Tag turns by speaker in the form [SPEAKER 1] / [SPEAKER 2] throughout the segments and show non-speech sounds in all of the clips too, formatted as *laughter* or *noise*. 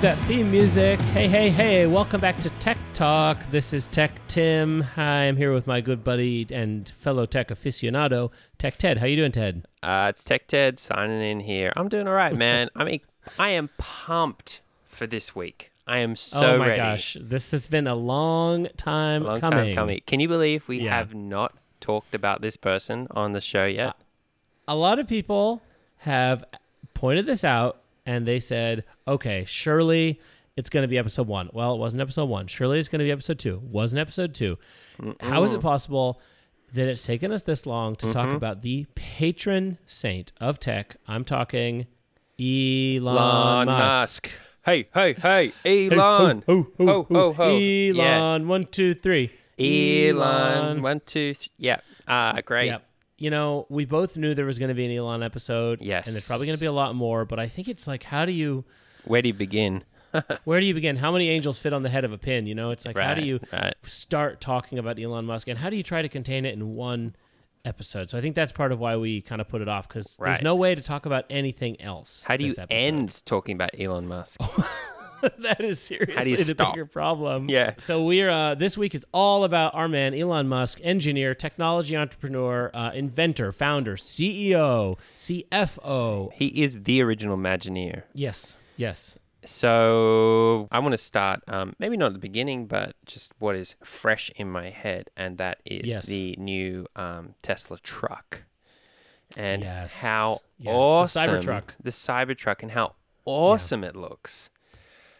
[SPEAKER 1] that theme music. Hey, hey, hey, welcome back to Tech Talk. This is Tech Tim. Hi, I'm here with my good buddy and fellow tech aficionado, Tech Ted. How you doing, Ted?
[SPEAKER 2] Uh, it's Tech Ted signing in here. I'm doing
[SPEAKER 1] *laughs*
[SPEAKER 2] all right, man. I mean, I am pumped for this week. I am so
[SPEAKER 1] oh my
[SPEAKER 2] ready.
[SPEAKER 1] gosh, this has been a long time
[SPEAKER 2] Long
[SPEAKER 1] coming.
[SPEAKER 2] time coming. Can you believe we
[SPEAKER 1] Yeah.
[SPEAKER 2] have not talked about this person on the show yet?
[SPEAKER 1] A lot of people have pointed this out and they said, okay, surely it's going to be episode one. Well, it wasn't episode one. Surely it's going to be episode two. Wasn't episode 2 How is it possible that it's taken us this long to
[SPEAKER 2] Mm-hmm.
[SPEAKER 1] talk about the patron saint of tech? I'm talking Uh, Elon,
[SPEAKER 2] Elon
[SPEAKER 1] Musk.
[SPEAKER 2] Musk. Hey, hey,
[SPEAKER 1] *laughs*
[SPEAKER 2] hey, Elon.
[SPEAKER 1] Ho, ho, ho, ho. Elon,
[SPEAKER 2] Yeah.
[SPEAKER 1] one, two, three.
[SPEAKER 2] Elon. One, two, three. Yeah. Ah, great.
[SPEAKER 1] Yep. You know, we both knew there was going to be an Elon episode.
[SPEAKER 2] Yes.
[SPEAKER 1] And there's probably going to be a lot more, but I think it's like, how do you,
[SPEAKER 2] Where do you begin?
[SPEAKER 1] where do you begin? How many angels fit on the head of a pin? You know, it's like, how do
[SPEAKER 2] Right,
[SPEAKER 1] you
[SPEAKER 2] right.
[SPEAKER 1] start talking about Elon Musk and how do you try to contain it in one episode? So I think that's part of why we kind of put it off because there's
[SPEAKER 2] Right.
[SPEAKER 1] no way to talk about anything else.
[SPEAKER 2] How do you
[SPEAKER 1] this episode. Oh.
[SPEAKER 2] end talking about Elon Musk?
[SPEAKER 1] *laughs* that is seriously the
[SPEAKER 2] stop?
[SPEAKER 1] bigger problem.
[SPEAKER 2] Yeah.
[SPEAKER 1] So we're uh, this week is all about our man Elon Musk, engineer, technology entrepreneur, uh, inventor, founder, E CEO, CFO.
[SPEAKER 2] He is the original Imagineer.
[SPEAKER 1] Yes, yes.
[SPEAKER 2] So I want to start, um, maybe not at the beginning, but just what is fresh in my head, and that is
[SPEAKER 1] Yes.
[SPEAKER 2] the new um, Tesla truck, and
[SPEAKER 1] Yes.
[SPEAKER 2] how
[SPEAKER 1] Yes, the
[SPEAKER 2] awesome
[SPEAKER 1] Cybertruck.
[SPEAKER 2] the Cybertruck, and how awesome it looks.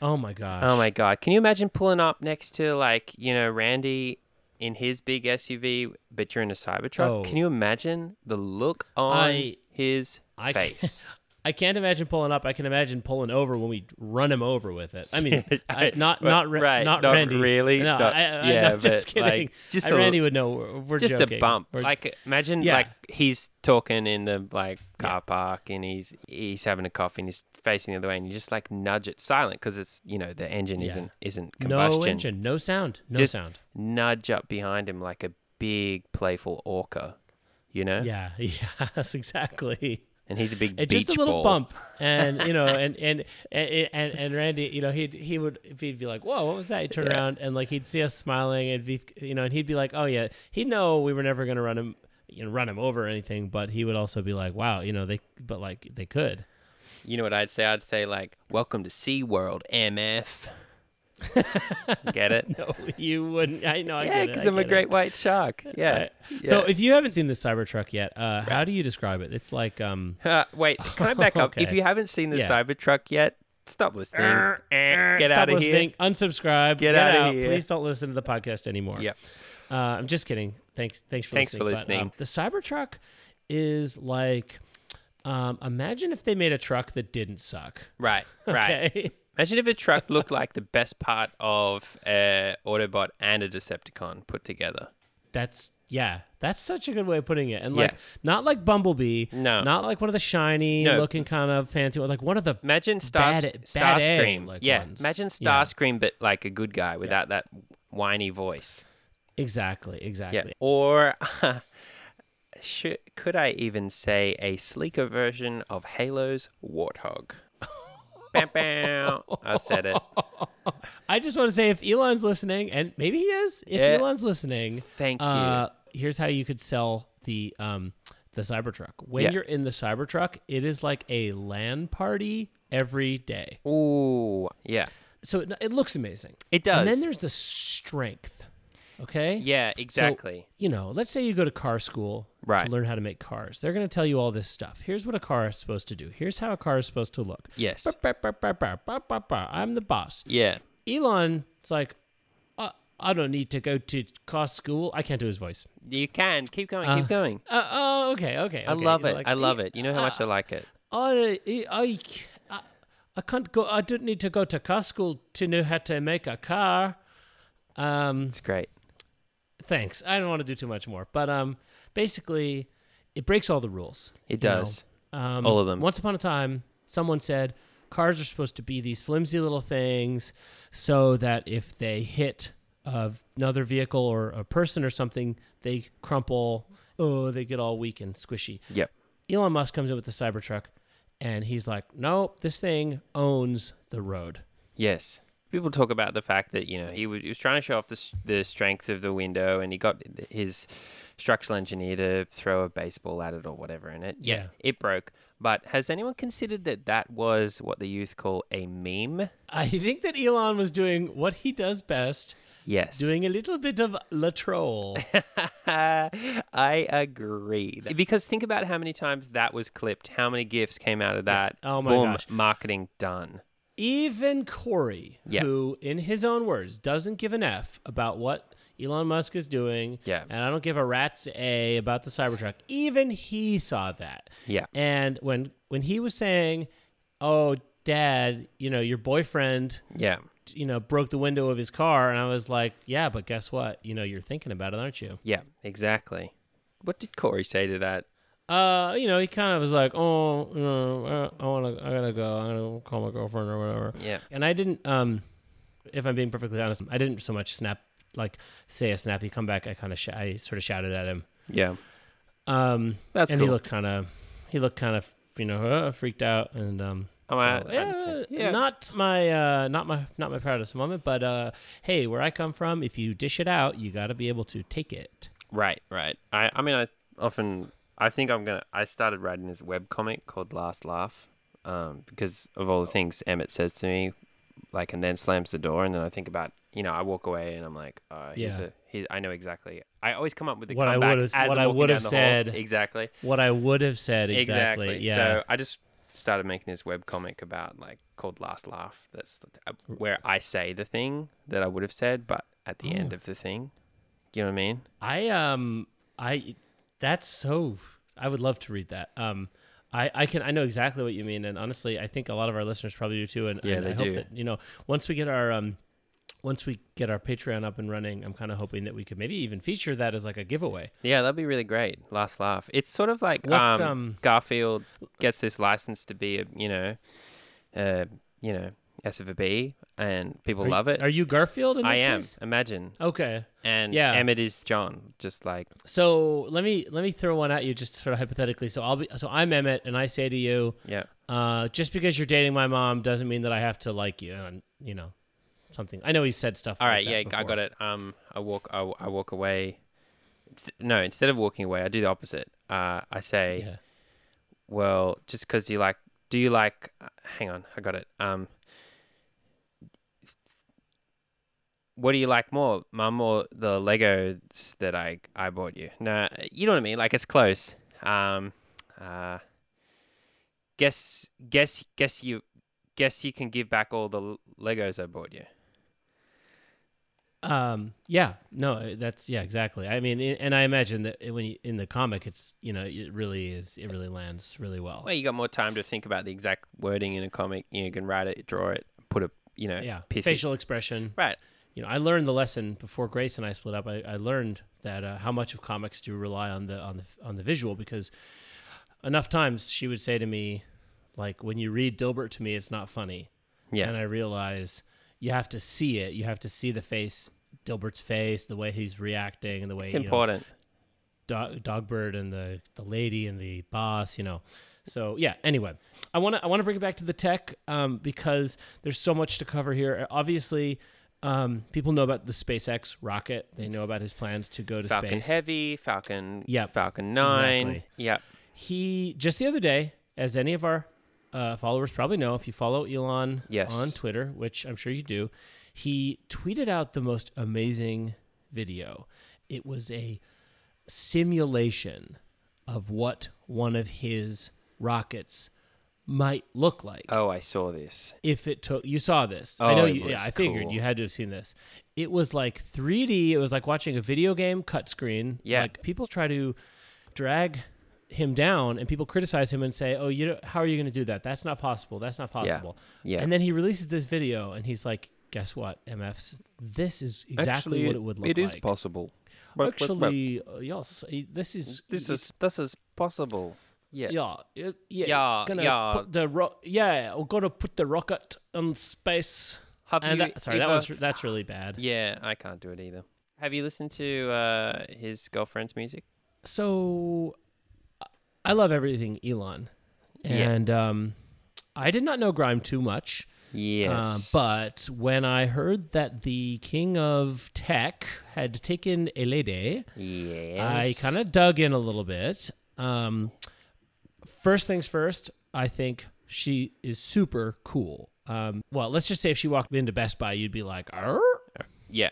[SPEAKER 1] Oh my gosh.
[SPEAKER 2] Oh my god! Can you imagine pulling up next to like you know Randy in his big SUV, but you're in a Cybertruck?
[SPEAKER 1] Oh.
[SPEAKER 2] Can you imagine the look on
[SPEAKER 1] I-
[SPEAKER 2] his
[SPEAKER 1] I *laughs* can't-
[SPEAKER 2] face?
[SPEAKER 1] I can't imagine pulling up. I can imagine pulling over when we run him over with it. I
[SPEAKER 2] *laughs*
[SPEAKER 1] mean, I, not
[SPEAKER 2] Well,
[SPEAKER 1] not Ra-
[SPEAKER 2] right,
[SPEAKER 1] not,
[SPEAKER 2] not
[SPEAKER 1] Randy.
[SPEAKER 2] really,
[SPEAKER 1] No,
[SPEAKER 2] not-
[SPEAKER 1] I, I,
[SPEAKER 2] yeah,
[SPEAKER 1] am just
[SPEAKER 2] but, like,
[SPEAKER 1] kidding.
[SPEAKER 2] just
[SPEAKER 1] I-
[SPEAKER 2] a-
[SPEAKER 1] Randy would know. We're, we're
[SPEAKER 2] just
[SPEAKER 1] joking.
[SPEAKER 2] a bump.
[SPEAKER 1] We're-
[SPEAKER 2] like imagine
[SPEAKER 1] Yeah.
[SPEAKER 2] like he's talking in the like car park and he's he's having a coffee and he's facing the other way and you just like nudge it silent because it's you know the engine
[SPEAKER 1] Yeah.
[SPEAKER 2] isn't isn't
[SPEAKER 1] no
[SPEAKER 2] combustion.
[SPEAKER 1] engine, no sound, no
[SPEAKER 2] just
[SPEAKER 1] sound.
[SPEAKER 2] nudge up behind him like a big playful orca, you know.
[SPEAKER 1] Yeah, *laughs* yes, exactly.
[SPEAKER 2] And he's a big
[SPEAKER 1] And
[SPEAKER 2] beach
[SPEAKER 1] just a little
[SPEAKER 2] ball.
[SPEAKER 1] bump, and you know, and
[SPEAKER 2] *laughs*
[SPEAKER 1] and and and, and Randy, you know, he would he would he'd be like, "Whoa, what was that?" He'd turn
[SPEAKER 2] Yeah.
[SPEAKER 1] around and like he'd see us smiling, and be you know, and he'd be like, "Oh yeah," he'd know we were never gonna run him, you know, run him over or anything, but he would also be like, "Wow, you know, they but like they could." *laughs*
[SPEAKER 2] You know what I'd say? I'd say like, "Welcome to SeaWorld,
[SPEAKER 1] *laughs*
[SPEAKER 2] MF." get it?
[SPEAKER 1] No, you wouldn't. I know. I
[SPEAKER 2] yeah,
[SPEAKER 1] get it,
[SPEAKER 2] because
[SPEAKER 1] I
[SPEAKER 2] I'm a
[SPEAKER 1] get it.
[SPEAKER 2] great
[SPEAKER 1] *laughs*
[SPEAKER 2] white shark. Yeah.
[SPEAKER 1] Right. So
[SPEAKER 2] Yeah.
[SPEAKER 1] if you haven't seen the Cybertruck yet, uh, how do you describe it? It's like um.
[SPEAKER 2] Uh,
[SPEAKER 1] *laughs*
[SPEAKER 2] wait, can I back up? If
[SPEAKER 1] Okay.
[SPEAKER 2] you haven't seen the
[SPEAKER 1] Yeah.
[SPEAKER 2] Cybertruck yet, stop listening. Eh, Get
[SPEAKER 1] stop
[SPEAKER 2] out of here.
[SPEAKER 1] listening, Unsubscribe.
[SPEAKER 2] Get
[SPEAKER 1] out.
[SPEAKER 2] outta here.
[SPEAKER 1] Please don't listen to the podcast anymore.
[SPEAKER 2] Yep.
[SPEAKER 1] Uh, I'm just kidding. Thanks. Thanks for
[SPEAKER 2] Thanks for
[SPEAKER 1] listening. uh, the Cybertruck is like. Um, imagine if they made a truck that didn't suck.
[SPEAKER 2] Right, right.
[SPEAKER 1] *laughs* Okay.
[SPEAKER 2] Imagine if a truck looked like the best part of a Autobot and a Decepticon put together.
[SPEAKER 1] That's yeah. That's such a good way of putting it. And like
[SPEAKER 2] Yeah.
[SPEAKER 1] not like Bumblebee.
[SPEAKER 2] No.
[SPEAKER 1] Not like one of the shiny
[SPEAKER 2] No.
[SPEAKER 1] looking kind of fancy ones, like one of the
[SPEAKER 2] Imagine Star
[SPEAKER 1] Bad- bad A,
[SPEAKER 2] Starscream.
[SPEAKER 1] like,
[SPEAKER 2] yeah,
[SPEAKER 1] ones.
[SPEAKER 2] imagine
[SPEAKER 1] Yeah.
[SPEAKER 2] Starscream, but like a good guy without that whiny voice.
[SPEAKER 1] Exactly,
[SPEAKER 2] Yeah.
[SPEAKER 1] exactly.
[SPEAKER 2] Or *laughs* should, could I even say a sleeker version of Halo's
[SPEAKER 1] *laughs*
[SPEAKER 2] Warthog? bam, bam. I said it. *laughs*
[SPEAKER 1] I just want to say if Elon's listening, and maybe he is, if
[SPEAKER 2] Yeah.
[SPEAKER 1] Elon's listening,
[SPEAKER 2] Thank you.
[SPEAKER 1] uh, here's how you could sell the um the Cybertruck. When
[SPEAKER 2] Yeah.
[SPEAKER 1] you're in the Cybertruck, it is like a LAN party every day.
[SPEAKER 2] Ooh, yeah.
[SPEAKER 1] So it, it looks amazing.
[SPEAKER 2] It does.
[SPEAKER 1] And then there's the strength. Okay?
[SPEAKER 2] yeah,
[SPEAKER 1] So,
[SPEAKER 2] exactly.
[SPEAKER 1] you know, let's say you go to car school
[SPEAKER 2] Right.
[SPEAKER 1] to learn how to make cars. They're going to tell you all this stuff. Here's what a car is supposed to do. Here's how a car is supposed to look.
[SPEAKER 2] yes.
[SPEAKER 1] Bah, bah, bah, bah, bah, bah, bah. I'm the boss.
[SPEAKER 2] Yeah.
[SPEAKER 1] Elon, it's like, I, I don't need to go to car school. I can't do his voice.
[SPEAKER 2] You can. Keep going.
[SPEAKER 1] Uh,
[SPEAKER 2] keep going.
[SPEAKER 1] Uh, oh, okay, okay. "Eh,
[SPEAKER 2] I love it. I love it. You know how much I like it.
[SPEAKER 1] I, eh, I, I, I can't go. I don't need to go to car school to know how to make a car. Um,
[SPEAKER 2] It's great.
[SPEAKER 1] thanks. I don't want to do too much more. But um, basically, it breaks all the rules.
[SPEAKER 2] It
[SPEAKER 1] you know?
[SPEAKER 2] does.
[SPEAKER 1] Um,
[SPEAKER 2] All of them.
[SPEAKER 1] Once upon a time, someone said cars are supposed to be these flimsy little things so that if they hit a, another vehicle or a person or something, they crumple. Oh, they get all weak and squishy.
[SPEAKER 2] Yep.
[SPEAKER 1] Elon Musk comes in with the Cybertruck and he's like, nope, this thing owns the road.
[SPEAKER 2] Yes. People talk about the fact that you know he was, he was trying to show off the s- the strength of the window, and he got his structural engineer to throw a baseball at it or whatever, and it
[SPEAKER 1] Yeah.
[SPEAKER 2] it broke. But has anyone considered that that was what the youth call a meme?
[SPEAKER 1] I think that Elon was doing what he does best,
[SPEAKER 2] Yes.
[SPEAKER 1] doing a little bit of la troll.
[SPEAKER 2] *laughs* I agree. Because think about how many times that was clipped, how many gifs came out of that.
[SPEAKER 1] Oh my
[SPEAKER 2] Boom,
[SPEAKER 1] gosh.
[SPEAKER 2] marketing done.
[SPEAKER 1] *laughs* Even Corey,
[SPEAKER 2] Yeah.
[SPEAKER 1] who, in his own words, doesn't give an F about what Elon Musk is doing,
[SPEAKER 2] Yeah.
[SPEAKER 1] and I don't give a rat's a about the Cybertruck. Even he saw that.
[SPEAKER 2] Yeah.
[SPEAKER 1] And when when he was saying, "Oh, Dad, you know your boyfriend,
[SPEAKER 2] Yeah.
[SPEAKER 1] you know broke the window of his car," and I was like, "Yeah, but guess what? You know you're thinking about it, aren't you?"
[SPEAKER 2] Yeah. Exactly. What did Corey say to that?
[SPEAKER 1] Uh, you know, he kind of was like, "Oh, you know, I- I want to, I gotta go. I'm gonna call my girlfriend or whatever."
[SPEAKER 2] Yeah.
[SPEAKER 1] And I didn't, um, if I'm being perfectly honest, I didn't so much snap, like say a snappy comeback. I kind of, sh- I sort of shouted at him.
[SPEAKER 2] Yeah.
[SPEAKER 1] Um,
[SPEAKER 2] That's
[SPEAKER 1] and he
[SPEAKER 2] cool.
[SPEAKER 1] looked kind of, he looked kind of, you know, uh, freaked out. And um,
[SPEAKER 2] Oh, I- I
[SPEAKER 1] yeah,
[SPEAKER 2] understand. Yeah.
[SPEAKER 1] not my, uh, not my, not my proudest moment. But uh, hey, where I come from, if you dish it out, you got to be able to take it.
[SPEAKER 2] Right, right. I, I mean, I often, I think I'm gonna. I started writing this web comic called Last Laugh, um, because of all the things Emmett says to me, like, and then slams the door, and then I think about, you know, I walk away, and I'm like, uh, he's
[SPEAKER 1] Yeah.
[SPEAKER 2] a, he, I know exactly. I always come up with the
[SPEAKER 1] What I
[SPEAKER 2] comeback
[SPEAKER 1] would've-
[SPEAKER 2] as
[SPEAKER 1] what
[SPEAKER 2] I'm
[SPEAKER 1] I
[SPEAKER 2] walking
[SPEAKER 1] would've
[SPEAKER 2] down the hall.
[SPEAKER 1] said.
[SPEAKER 2] exactly,
[SPEAKER 1] What I would have said exactly. Yeah.
[SPEAKER 2] So I just started making this web comic about like called Last Laugh. That's uh, where I say the thing that I would have said, but at the
[SPEAKER 1] Oh.
[SPEAKER 2] end of the thing, you know what I mean?
[SPEAKER 1] I um I that's so I would love to read that. Um I, I can I know exactly what you mean and honestly I think a lot of our listeners probably do too and,
[SPEAKER 2] Yeah,
[SPEAKER 1] and I
[SPEAKER 2] they
[SPEAKER 1] hope
[SPEAKER 2] do.
[SPEAKER 1] that you know once we get our um once we get our Patreon up and running, I'm kind of hoping that we could maybe even feature that as like a giveaway.
[SPEAKER 2] Yeah, that'd be really great. Last laugh. It's sort of like
[SPEAKER 1] What's,
[SPEAKER 2] um,
[SPEAKER 1] um,
[SPEAKER 2] Garfield gets this license to be a you know, uh, you know, S of a B, and people
[SPEAKER 1] Are you-
[SPEAKER 2] love it.
[SPEAKER 1] Are you Garfield in
[SPEAKER 2] I
[SPEAKER 1] this
[SPEAKER 2] am.
[SPEAKER 1] case?
[SPEAKER 2] Imagine.
[SPEAKER 1] Okay.
[SPEAKER 2] And
[SPEAKER 1] Yeah.
[SPEAKER 2] Emmett is John, just like
[SPEAKER 1] So let me let me throw one at you just sort of hypothetically. So I'll be so I'm Emmett and I say to you,
[SPEAKER 2] yeah,
[SPEAKER 1] uh, just because you're dating my mom doesn't mean that I have to like you and you know something. I know he said stuff.
[SPEAKER 2] All
[SPEAKER 1] like
[SPEAKER 2] right,
[SPEAKER 1] that
[SPEAKER 2] yeah, I
[SPEAKER 1] before.
[SPEAKER 2] got it. Um, I walk, I, I walk away. It's, no, instead of walking away, I do the opposite. Uh, I say,
[SPEAKER 1] Yeah.
[SPEAKER 2] well, just because you like, do you like? uh, hang on, I got it. Um, what do you like more, Mum or the Legos that I I bought you? No, you know what I mean. Like it's close. Um, uh, guess, guess, guess you, guess you can give back all the L- Legos I bought you.
[SPEAKER 1] Um. Yeah. No. That's yeah. Exactly. I mean, i- and I imagine that when you, in the comic, it's you know it really is it really lands really well.
[SPEAKER 2] Well, you got more time to think about the exact wording in a comic. You, know, you can write it, draw it, put a you know,
[SPEAKER 1] Yeah.
[SPEAKER 2] pithy-
[SPEAKER 1] Facial expression.
[SPEAKER 2] Right.
[SPEAKER 1] You know, I learned the lesson before Grace and I split up. I, I learned that uh, how much of comics do rely on the on the on the visual because enough times she would say to me, like when you read Dilbert to me, it's not funny.
[SPEAKER 2] Yeah.
[SPEAKER 1] And I realize you have to see it. You have to see the face, Dilbert's face, the way he's reacting, and the way
[SPEAKER 2] it's
[SPEAKER 1] you know,
[SPEAKER 2] important.
[SPEAKER 1] dog, Dogbird and the the lady and the boss, you know. So yeah. Anyway, I want to I want to bring it back to the tech um, because there's so much to cover here. Obviously, um, people know about the SpaceX rocket. They know about his plans to go to
[SPEAKER 2] Falcon
[SPEAKER 1] space.
[SPEAKER 2] Heavy, Falcon.
[SPEAKER 1] Yep.
[SPEAKER 2] Falcon Nine.
[SPEAKER 1] Exactly.
[SPEAKER 2] Yep.
[SPEAKER 1] He just the other day, as any of our uh, followers probably know, if you follow Elon
[SPEAKER 2] Yes.
[SPEAKER 1] on Twitter, which I'm sure you do, he tweeted out the most amazing video. It was a simulation of what one of his rockets might look like
[SPEAKER 2] Oh, I saw this.
[SPEAKER 1] if it took you saw this i
[SPEAKER 2] Oh,
[SPEAKER 1] know
[SPEAKER 2] it
[SPEAKER 1] you yeah
[SPEAKER 2] was
[SPEAKER 1] i figured
[SPEAKER 2] cool.
[SPEAKER 1] you had to have seen this it was like 3d it was like watching a video game cut screen
[SPEAKER 2] Yeah.
[SPEAKER 1] like people try to drag him down and people criticize him and say oh you don't, how are you going to do that that's not possible that's not possible
[SPEAKER 2] Yeah.
[SPEAKER 1] and then he releases this video and he's like guess what mfs this is exactly what it would look
[SPEAKER 2] It is
[SPEAKER 1] like
[SPEAKER 2] possible.
[SPEAKER 1] actually uh, yes this is
[SPEAKER 2] this is this is possible. Yeah.
[SPEAKER 1] yeah, yeah, yeah.
[SPEAKER 2] Yeah,
[SPEAKER 1] gonna
[SPEAKER 2] yeah.
[SPEAKER 1] Put the ro- yeah, we're gonna put the rocket in space.
[SPEAKER 2] Have
[SPEAKER 1] And
[SPEAKER 2] you
[SPEAKER 1] that, sorry, that
[SPEAKER 2] ever-
[SPEAKER 1] was that's really bad.
[SPEAKER 2] Yeah, I can't do it either. Have you listened to uh, his girlfriend's music?
[SPEAKER 1] So, I- I love everything Elon,
[SPEAKER 2] Yeah.
[SPEAKER 1] and um, I did not know Grime too much. Uh,
[SPEAKER 2] Yes.
[SPEAKER 1] but when I heard that the king of tech had taken Elede,
[SPEAKER 2] yes.
[SPEAKER 1] I kind of dug in a little bit. Um, first things first, I think she is super cool. Um, well, let's just say if she walked into Best Buy, you'd be like, "Arr?"
[SPEAKER 2] Yeah.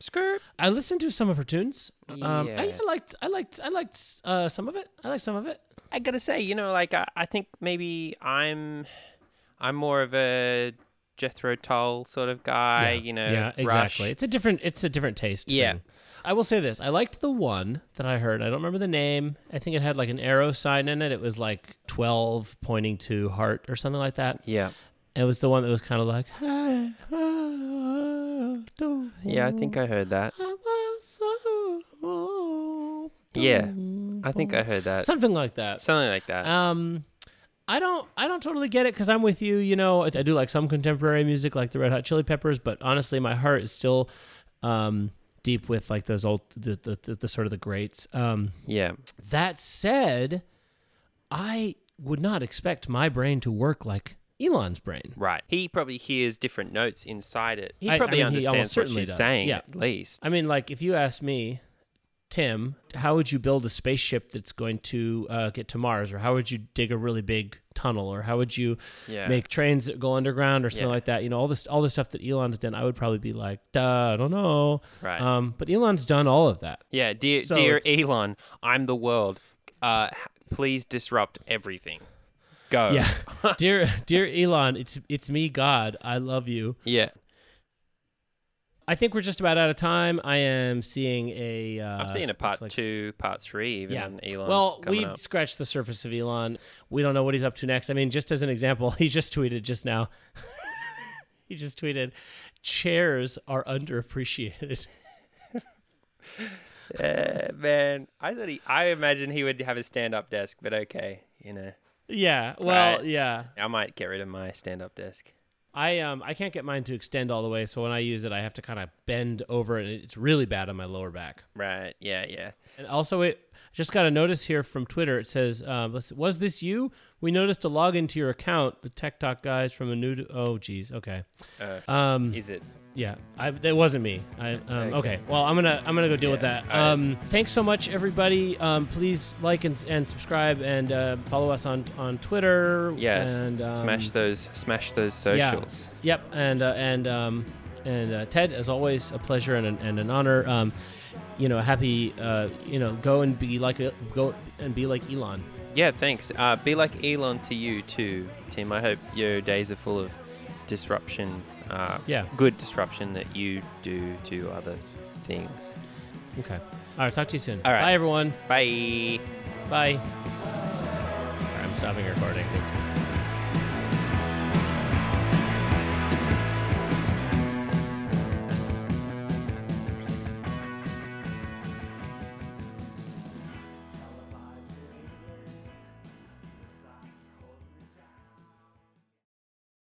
[SPEAKER 2] Skirt.
[SPEAKER 1] I listened to some of her tunes. Um, I,
[SPEAKER 2] Yeah.
[SPEAKER 1] I liked, I liked, I liked uh, some of it. I liked some of it.
[SPEAKER 2] I gotta say, you know, like I, I think maybe I'm, I'm more of a Jethro Tull sort of guy. You know.
[SPEAKER 1] yeah,
[SPEAKER 2] Rush.
[SPEAKER 1] exactly. It's a different, it's a different taste.
[SPEAKER 2] Yeah.
[SPEAKER 1] thing. I will say this: I liked the one that I heard. I don't remember the name. I think it had like an arrow sign in it. It was like twelve pointing to heart or something like that.
[SPEAKER 2] Yeah.
[SPEAKER 1] It was the one that was kind of like, "Hey, I don't
[SPEAKER 2] Yeah. I think I heard that.
[SPEAKER 1] want so
[SPEAKER 2] Yeah. I think I heard that.
[SPEAKER 1] something like that.
[SPEAKER 2] Something like that.
[SPEAKER 1] Um, I don't, I don't totally get it because I'm with you. You know, I, I do like some contemporary music, like the Red Hot Chili Peppers, but honestly, my heart is still um, deep with like those old, the, the, the, the sort of the greats. Um,
[SPEAKER 2] yeah.
[SPEAKER 1] that said, I would not expect my brain to work like Elon's brain.
[SPEAKER 2] Right. He probably hears different notes inside it. He
[SPEAKER 1] I- I
[SPEAKER 2] probably
[SPEAKER 1] mean, he almost
[SPEAKER 2] understands what
[SPEAKER 1] certainly
[SPEAKER 2] she's
[SPEAKER 1] does,
[SPEAKER 2] saying
[SPEAKER 1] yeah.
[SPEAKER 2] at least.
[SPEAKER 1] I mean, like if you ask me, Tim, how would you build a spaceship that's going to uh, get to Mars, or how would you dig a really big tunnel, or how would you
[SPEAKER 2] Yeah.
[SPEAKER 1] make trains that go underground, or something
[SPEAKER 2] Yeah.
[SPEAKER 1] like that? You know, all this all the stuff that Elon's done, I would probably be like, Duh, I don't know.
[SPEAKER 2] Right.
[SPEAKER 1] Um, but Elon's done all of that.
[SPEAKER 2] yeah. Dear,
[SPEAKER 1] so
[SPEAKER 2] dear
[SPEAKER 1] it's-
[SPEAKER 2] Elon, I'm the world. Uh, h- please disrupt everything. Go.
[SPEAKER 1] Yeah,
[SPEAKER 2] *laughs*
[SPEAKER 1] dear dear Elon, it's it's me, God. I love you.
[SPEAKER 2] Yeah.
[SPEAKER 1] I think we're just about out of time. I am seeing a. Uh,
[SPEAKER 2] I'm seeing a
[SPEAKER 1] looks
[SPEAKER 2] part
[SPEAKER 1] like
[SPEAKER 2] two, part three, even on Elon.
[SPEAKER 1] Well,
[SPEAKER 2] coming
[SPEAKER 1] we
[SPEAKER 2] up.
[SPEAKER 1] scratched the surface of Elon. We don't know what he's up to next. I mean, just as an example, *laughs* he just tweeted just now. *laughs* he just tweeted, "Chairs are underappreciated." *laughs*
[SPEAKER 2] Uh, *laughs* man, I thought he. I imagine he would have a stand-up desk, but okay, you know,
[SPEAKER 1] yeah. Well,
[SPEAKER 2] Right.
[SPEAKER 1] yeah.
[SPEAKER 2] I might get rid of my stand-up desk.
[SPEAKER 1] I um I can't get mine to extend all the way, so when I use it, I have to kind of bend over, and it's really bad on my lower back.
[SPEAKER 2] Right? Yeah, yeah.
[SPEAKER 1] And also, it just got a notice here from Twitter. It says, um, let's- "Was this you? We noticed a login to your account. The Tech Talk guys from a new. oh, geez. Okay.
[SPEAKER 2] Uh,
[SPEAKER 1] Um.
[SPEAKER 2] Is it?
[SPEAKER 1] Yeah, I, that wasn't me. I, um, okay.
[SPEAKER 2] Okay.
[SPEAKER 1] well, I'm gonna I'm gonna go deal with that.
[SPEAKER 2] Yeah, all right.
[SPEAKER 1] Um, thanks so much, everybody. Um, please like and, and subscribe and uh, follow us on on Twitter.
[SPEAKER 2] Yes.
[SPEAKER 1] and um,
[SPEAKER 2] smash those. Smash those
[SPEAKER 1] yeah.
[SPEAKER 2] socials.
[SPEAKER 1] Yep, and uh, and um, and uh, Ted, as always, a pleasure and an, and an honor. Um, you know, happy. Uh, you know, go and be like a, go and be like Elon.
[SPEAKER 2] Yeah. thanks. Uh, be like Elon to you too, Tim. I hope your days are full of disruption. Uh,
[SPEAKER 1] Yeah.
[SPEAKER 2] Good disruption that you do to other things.
[SPEAKER 1] Okay. All right. Talk to you soon.
[SPEAKER 2] All right.
[SPEAKER 1] Bye, everyone.
[SPEAKER 2] Bye.
[SPEAKER 1] Bye. I'm stopping recording.